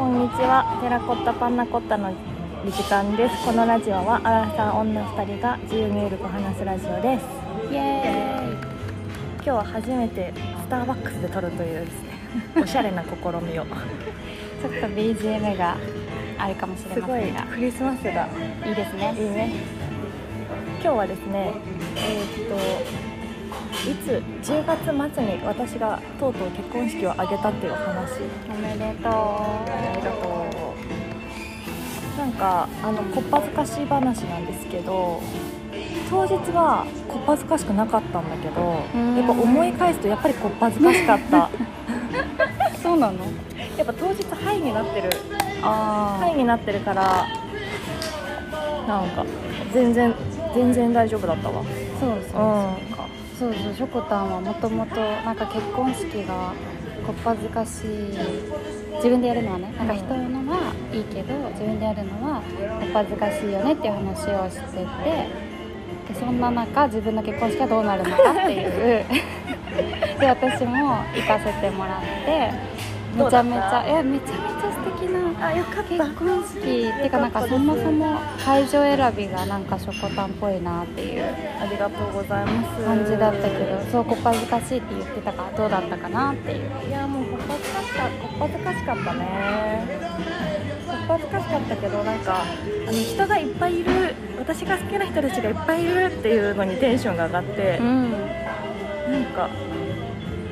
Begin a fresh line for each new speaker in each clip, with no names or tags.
はテラコッタパンナコッタの時間ですこのラジオはアラサー女2人が自由にゆるく話すラジオです
イエー
今日は初めてスターバックスで撮るというですねおしゃれな試みを
イちょっと BGM があるかもしれ
す
ま
ご
せ
い
んが
クリスマスが
いいですね
いいね今日はですねえーっといつ10月末に私がとうとう結婚式を挙げたっていうお話
おめでとう
ありがとうなんかあのこっぱずかしい話なんですけど当日はこっぱずかしくなかったんだけど
うん
やっぱ思い返すとやっぱりこっぱずかしかった や
そうなの
っぱ当日ハイになってる
あ
ハイになってるからなんか全然全然大丈夫だったわ
ーそうそうそうか、そうそうしょこたんはもともとなんか結婚式がこっぱずかしい自分でやるのはねなんか人のはいいけど自分でやるのはこっぱずかしいよねっていう話をしててでそんな中自分の結婚式はどうなるのかっていう で私も行かせてもらって
ど
め
う
ち
だ
ゃ
った
めちゃいやめちゃめちゃ素敵な
あよかっ
結婚式っていうかなんかそもそも会場選びがなんかしょこたんっぽいなっていう
ありがとうございます
感じだったけどそうこっぱずかしいって言ってたからどうだったかなっていう
いやもうこっぱずかしかこっぱずかしかったねこっぱずかしかったけどなんかあの人がいっぱいいる私が好きな人たちがいっぱいいるっていうのにテンションが上がって、
ん
なんか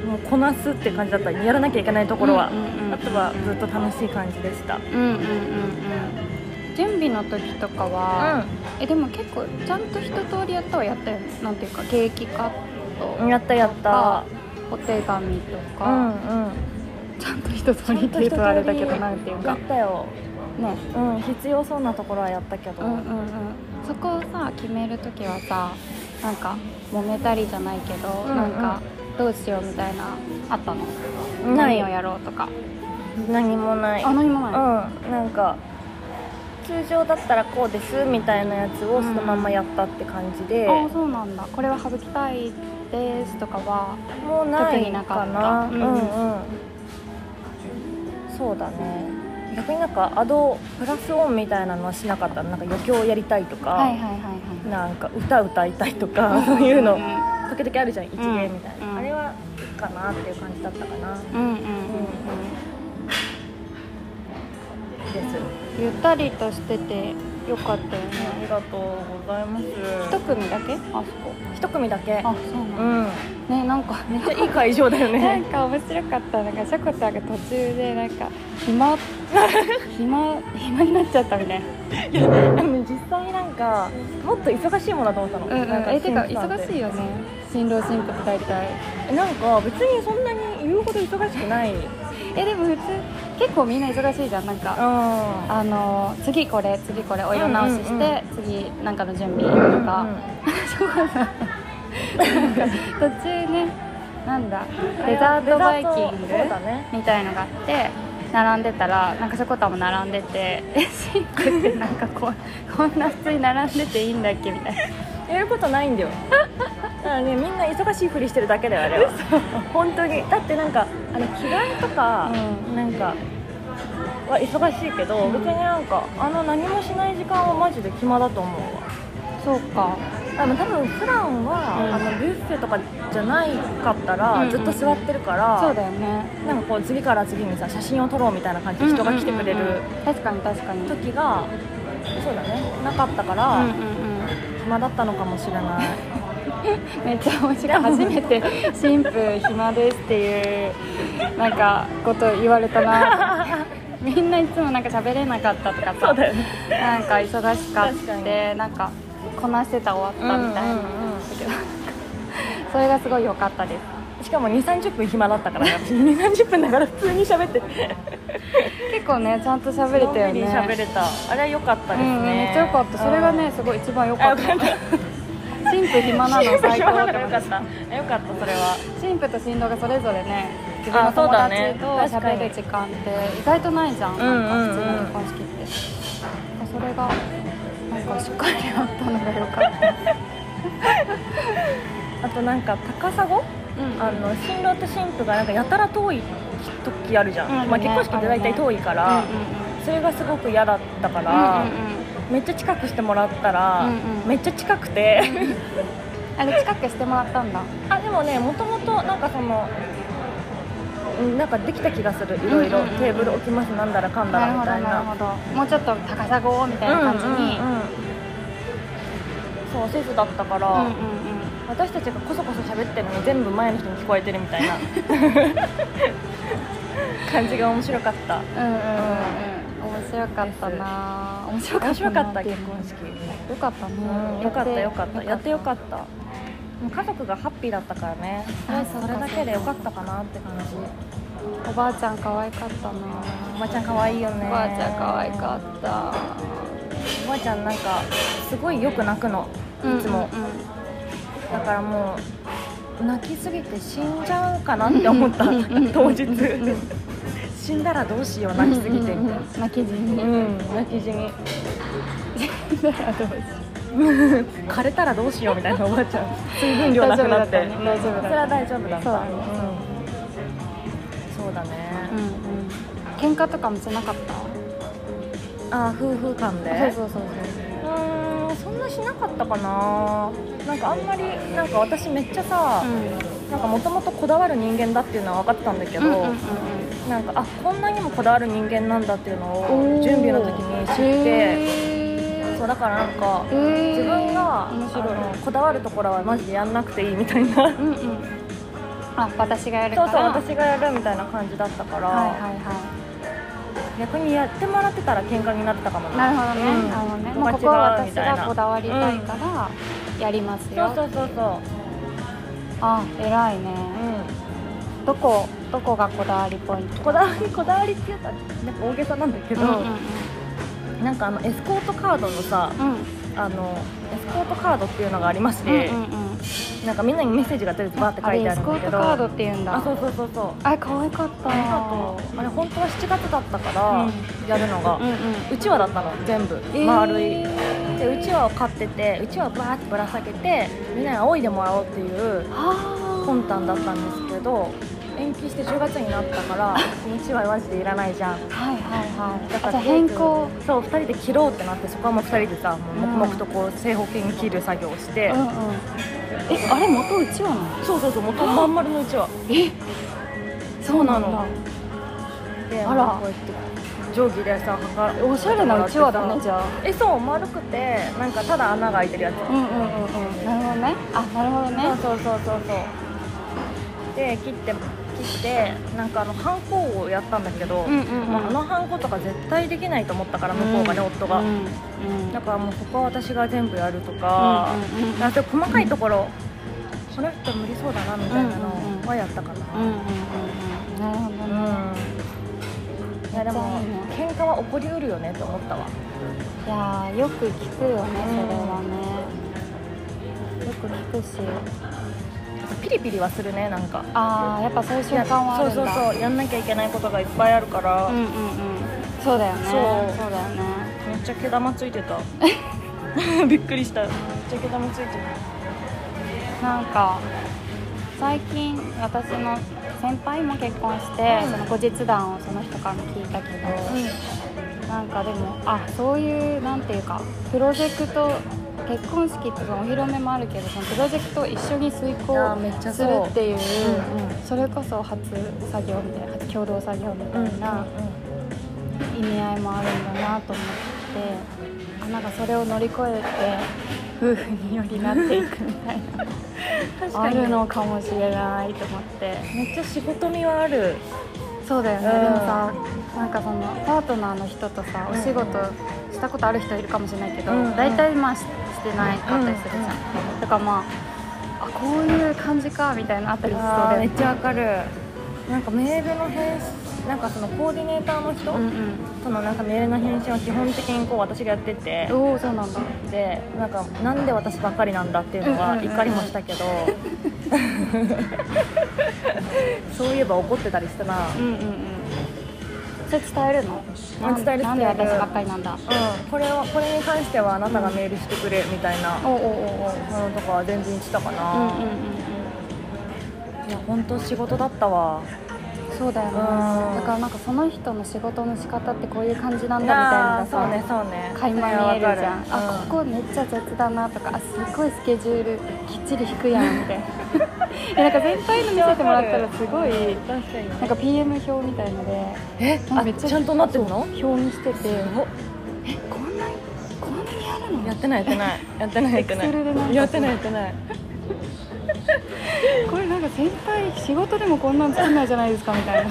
もうこなすって感じだったやらなきゃいけないところは、
うんうんうん
あとはずっと楽しい感じでした
うんうんうんうん準備の時とかは、えでも結構ちゃんと一通りやったはやったよねなんていうかケーキカッ
うん
ト
やったやった
お手紙と
う
か、
んうん
ちゃんと一通りっていうとあれだけどなんていう
や
か
っ
ね
たようん必要そうなところはやったけど、
うんうんうん、そこをさ決める時はさなんか揉めたりじゃないけど、
んうん
なんかどうしようみたいなあったの
ない
何をやろうとか
何もない
あ何もない、
うん、なんか通常だったらこうですみたいなやつをそのままやったって感じで、
あそうなんだこれは省きたいですとかは
もうな
特
い
にな
か
かった
な
うん
うんうんそうだね逆になんかアドプラスオンみたいなのはしなかったなんか余興やりたいとか、
はいはいはいはい
なんか歌歌いたいとかそういうの
うん
時々あるじゃん一芸みたいな、
うん
あれはいいかなっていう感じだったかな、
うんうんうんうん
です
ゆったりとしててよかったよ
あり
ね
がとうございます
一組だけあそこ
一組だけ
あそう
う
なんだ、
ん
ねなんか
めっちゃいい会場だよ
な
ね
んか面白かったのがシャコちゃんが途中でなんか 暇暇暇になっちゃったみたいな、
あの実際なんかもっと忙しいものだと思ったの、なん
えてか
新婦さん
忙しいよね新郎新婦って大体
なんか別にそんなに言うほど忙しくないうん
えでも普通結構みんな忙しいじゃんなんか
あ
あのー次これ次これお色直しし
う
て、
んうんうん
次なんかの準備とか、シャコちゃんなんか途中ねなんだデザートバイキング
そうだね
みたいのがあって並んでたらなんかショコタンも並んでて「えシンクってなんかこうこんな普通に並んでていいんだっけ?」みたいな
やることないんだよだからねみんな忙しいふりしてるだけだよあれは本当にだってなんかあの着替えとか、なんかは忙しいけど、別になんかあの何もしない時間はマジで暇だと思うわ
そうか
あの多分普段は、
うん
あのビュッフェとかじゃないかったら、
うんうん
ずっと座ってるから
そうだよね
なんかこう次から次にさ写真を撮ろうみたいな感じで人が来てくれ
うんうん
る
うんうん確かに確かに
時が、そうだねなかったから、
うんうんうん
暇だったのかもしれない
めっちゃ面白い初めて新婦暇ですっていうなんかこと言われたな みんないつもなんか喋れなかったとかさ
よね
なんか忙しかっ
確か
てなんかこなしてた終わったみたいな、
うんうんうん
だけどそれがすごい良かったです
しかも2 3 0分暇だったから ね2 3 0分だから普通に喋って
結構ねちゃんと喋れたよ
のんび
ね
り喋れたあれは良かった
う
ですね、
んうんめっちゃ良かったそれがねすごい一番良かった
あよか
新婦暇なの
良
最高
よ
だ
かった良かったそれは
新婦と新郎がそれぞれね自分
あ
の
そう
友
だ
達
ね
と喋る時間って意外とないじゃん,、なんか普通の結婚式ってそれがなんかしっかりあったのがよかった、
あとなんか高砂
うん
あの新郎と新婦がなんかやたら遠い時あるじゃん、
うん
まあ、結婚式って大体遠いから、
うんうんうん
それがすごく嫌だったから、めっちゃ近くしてもらったら、
うんうん
めっちゃ近くて
あれ近くしてもらったんだ
あでもねもともとなんかそのうんなんかできた気がするいろいろ、
うんうんうんうん
テーブル置きますなんだらかんだ
な
ら
る
み
ほ
たい
どな
な
るほどもうちょっと高砂をみたいな感
う
じに
んうんうんそうセスだったから、
うんうん
私たちがこそこそ喋ってるのに全部前の人に聞こえてるみ たいな 感じが面白かった
うんうんうん面白かったな面白かった
面
な
白かった
ていう
結
か
婚式、
よかったね
うん、よかったよかったやってよかったもう家族がハッピーだったからね
あ
そ
そう
れ
か
だけでよかったかなって感じ
おばあちゃん可愛かったな
おばあちゃん可愛いよね
おばあちゃん可愛かった
おばあちゃんなんかすごいよく泣くのいつも、
うんうんうん
だからもう泣きすぎて死んじゃうかなって思った当日死んだらどうしよう泣きすぎてみたいな
泣き
う
死に
ん泣き死に枯れたらどうしようみたいなおばあちゃん水分量なくなって
大丈夫だったね大丈夫だった
それは大丈夫だった
そうだね
うんそうだね
うん、うん、喧嘩とかもしなかった
あー夫婦間で
そうそうそう
うーんそんなしなかったかななんかあんまりなんか私めっちゃさ
そう、
なんかもともとこだわる人間だっていうのは分かってたんだけど、
うんうんうんうん
なんかあこんなにもこだわる人間なんだっていうの
お
を
ー
準備の時に知って
へー
そうだからなんか
へー
自分が、
面白い
あのこだわるところはマジでやんなくていいみたいな
うんうんあ私がやるか
そう
ら
そう私がやるみたいな感じだったから、
はいはいは
逆にやってもらってたら喧嘩になってたかも
いなるほどね、
うん
あのね
こ
も
こ
うここ
が
は
違うみ
私
たいな
がこだわりたいからやりますよ、
そうそうそうそう
あ偉いね、
う
どこどこがこだわりポイント
んこだわりこだわりっていうかなんか大げさなんだけ
う
ど、
んうんうん
なんかあのエスコートカードのさ
うん
あのエスコートカードっていうのがありまして、
うんうんうん
なんかみんなにメッセージがとりあえずバーって書いてあるんだ
れエスコー
け
ト
ど
カードっていうんだ
あそうそうそうそう
あ可愛かった
ありがとうあれ本当は7月だったから、
う
やるのが、
うんうん
うちわだったの全部、
えー
丸いでうちわを買っててうちわをバーってぶら下げてみんなに仰いでもらおうっていう
あー
魂胆だったんですけど延期して10月になったからうちわマジでいらないじゃん
はいはいはい
だ
だ
か
からら変更
そう2人で切ろうってなってそこはもう2人でさもう黙々とこう正方形に切る作業をして、
うんうんえあれ元うちわなの
そうそうそうもうまん丸のうちわ
えそうな
そうな
の
ので
あら
こうやって定規でさ測る
おしゃれなうちわだねじゃあ
えそう丸くてなんかただ穴が開いてるやつ、
うんうんうんうんなるほどねあなるほどね
そうそうそうそうそうで切って切ってなんかあのハンコをやったんだけど、
うんうんうん
もうあのハンコとか絶対できないと思ったから向こうがね、夫が、
うんうん
だからもうここは私が全部やるとか、
うんうんうん
なんか細かいところ、この人無理そうだなみたいなのはやったかな、
うんうんうんうんなるほど
うん
ね
いやでも
め
喧嘩は起こりうるよねって思ったわ
いやーよく聞くよねそれはねよく聞くし
ピリピリはするねなんか
ああやっぱそういう瞬間はあるんだ
そうそうそうやんなきゃいけないことがいっぱいあるから、
うんうんうんそうだよね
そう
そうだよね
めっちゃ毛玉ついてた びっくりしためっちゃ毛玉ついて
なんか最近私の先輩も結婚して、
うん
その後日談をその人から聞いたけど、
た、
なんかでもあそういうなんていうかプロジェクト結婚式ってそのお披露目もあるけどそのプロジェクトを一緒に遂
いやめっ
行
ちゃ
す
そ
る
う
ってい
うん
う
うん
それこそ初作業みたいな初共同作業みたい
う
な意味合いもあるんだなと思ってあなんかそれを乗り越えて夫婦によりなっていくみたいな。
ん、確
あ
かに
るのかもしれないと思って
めっちゃ仕事味はある
そうだよね、
うん
でもさなんかそのパートナーの人とさお仕事したことある人いるかもしれないけど、
うんうん
大体まあししてないかったりするじゃん、だからまああこういう感じかみたいなのあったりしそう
あー
だ
め
よ
っ
ね
ちゃわかるなんかメールの返信なんかそのコーディネーターの人、
うん
そのなんかメールの返信は基本的にこう私がやってて
うんおおそうなんだ
でなんかなんで私ばっかりなんだっていうのは
うんうんうんうん
怒りもした けどそういえば怒ってたりしたな
うんうんうんそれ伝えるの
あ伝える
なんで
伝える
私ばっかりなんだ
うん、これはこれに関してはあなたがメールしてくれみたいな
お
も
おおお
のとかは全然したか
おうんうん
な、
うんうん
いや本当仕事だったわ
そうだよね
うん
だからなんかその人の仕事の仕方ってこういう感じなんだみたい
な
なの
あ
が
そう
さ
ねそうね
垣間見えるじゃん、あ
あここ
ここめっちゃ雑だなとかあすごいスケジュールきっちり引くやんみたいなえなんか全体の見せてもらったらすごい
確かに
なんか PM 表みたいので
え
なんか
あちゃんとなってるの
そう表にしてて
すごっ
えこんなにこんなにやるの
やってないやってないやってないやってな
Excel でなんか
いやってないやってない
これなんか全体仕事でもこんなん作んないじゃないですかみたいな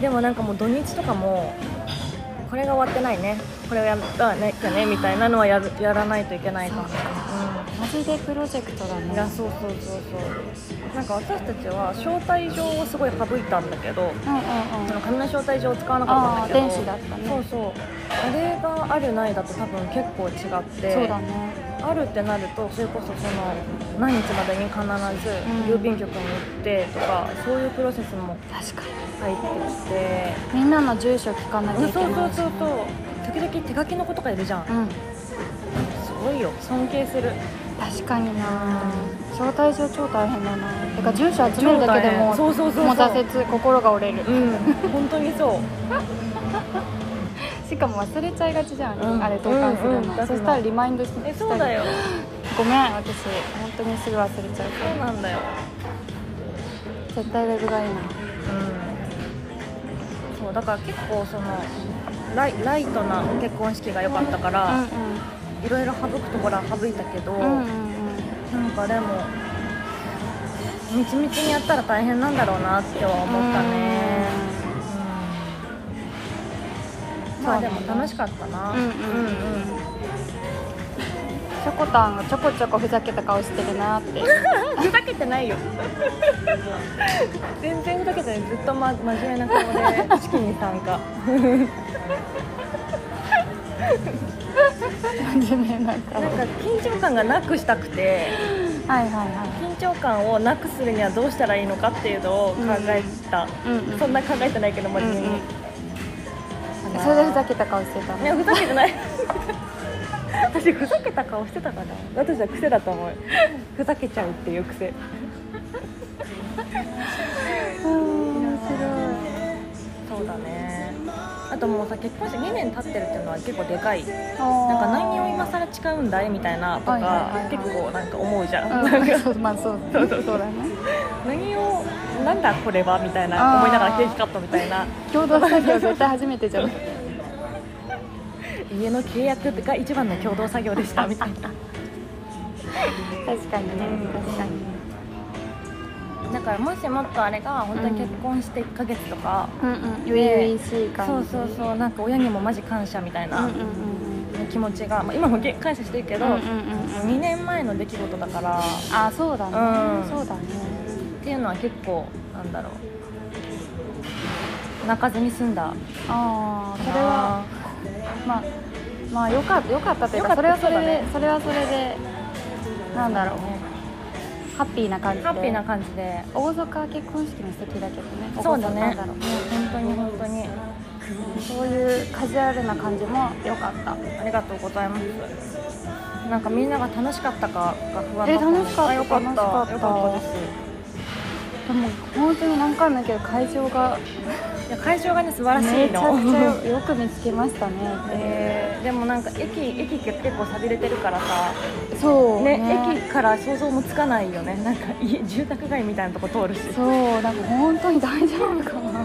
でもなんかもう土日とかもこれが終わってないねこれをやったねきゃねみたいなのはやるやらないといけないかも
そう マジでプロジェクトだ
うん、
ね
いやそうそうそうそうなんか私たちは招待状をすごい省いたんだけど
うんうん
そ
うん
の紙の招待状を使わなかったんだけど
あー電子だったね
そうそうあれがあるないだと多分結構違って
そうだね
あるってなるとそれこそその何日までに必ず郵便局に行ってとか、そういうプロセスも
確か
入ってきて
にみんなの住所聞かなきゃ
そう
いけ
そう
ない
そう
し
そう時々手書きの子とかいるじゃんす
う
ご
ん
いよ尊敬する
確かにな招待状超大変だなてか住所集めるだけでも
そうそうそうそう
もう挫折心が折れる
うん本当にそう
しかも忘れちゃいがちじゃん、
うん
あれ投函するの、
うんうん
そしたらリマインドして
えそうだよ
ごめん私本当にすぐ忘れちゃうか
そうなんだよ
ら絶対ウェブがいいな
うんそうだから結構そのライライトな結婚式が良かったから、いろいろ省くところは省いたけど、
うんうんうんうんうん
なんかでもみちみちにやったら大変なんだろうなっては思ったねうんまあでも楽しかったな
うんうんうんチョコタンがちょこちょこふざけた顔してるなって
ふざけてないよ全然ふざけてないずっと、ま、真面目な顔で式に参加
真面目な顔
なんか緊張感がなくしたくて
はいはいは
緊張感をなくするにはどうしたらいいのかっていうのを考えた、
い、うんうん、
そんな考えてないけど真面目に、
うんうんそれでふざけた顔してた
いや
の
ふざけてない私ふざけた顔してたかな私は癖だと思うふざけちゃうっていう癖
うん面
そうだねあともうさ結婚して2年経ってるっていうのは結構でかいなん
白い
か何を今更誓うんだいみたいなと
はいはいはい
か
はい
結構なんか思うじゃんなん
うん
か
そうまあそうだねそうだね
何をなんだこれはみたいな
あー
思いながらケーキカットみたいな
共同作業絶対初めてじゃない
家の契約が一番の共同作業でしたみたいな
確かにね
うん
確かにね
だからもしもっとあれが本当に結婚して1ヶ月とか、
うんうん初々しい
そ
感
う
じ
そうそうなんか親にもマジ感謝みたいな
うんうんうん
気持ちが、まあ、今もげ感謝してるけど、
うんうんうん
2年前の出来事だから
あそうだね
うん
そうだね
っていうのは結構なんだろう泣かずに済んだ
ああ
そ
それはまあまあよかよかったというか
よかった
それはそれ
そうだ
で
ね
それはそれでなんだろうハッピーな感じで
ハッピーな感じで
大阪結婚式も素敵だけどね
そうだね
なんだろう
本当に本当に
そういうカジュアルな感じも良かった
ありがとうございますなんかみんなが楽しかったかが不安だったので
え楽しかった
あよかった
楽しかった
よかったです
でも本当に何回も言うけど会場が
いや会場がね素晴らしいの
めちゃくちゃよく見つけましたね
えーでもなんか駅駅って結構さびれてるからさ、
そう
ね駅から想像もつかないよねなんか家住宅街みたいなとこ通るし
そうなんか本当に大丈夫かな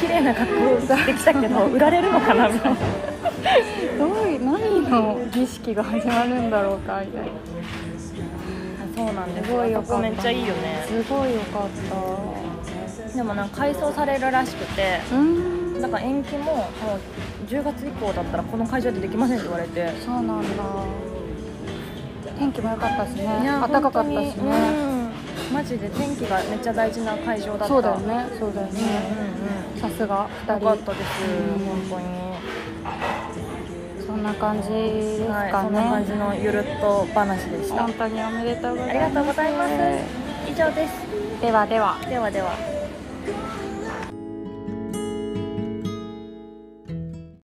綺麗な格好をしてきたけ ど売られるのかなみたいな
どういう何の儀式が始まるんだろうかみたいな
そうなんです
すごいよか
そ
っ
こ
た
めっちゃいいよね
すごいよかった
でもなんか改装されるらしくて
うん
だから延期ももう10月以降だったらこの会場でできませんって言われて
そうなんだ天気も良かったしね
いや
暖かかったし
本当に
ね
うんマジで天気がめっちゃ大事な会場だった
そうだよねそうだよ
うんうん
ね
うん
さすが2
よ
人
かったです、
うん
本当に、
そんな感じですか
は
ね
い、そんな感じのゆるっと話でした
本当におめでとうご
あ
ざいます
りがとうございます以上です
ではでは
ではでは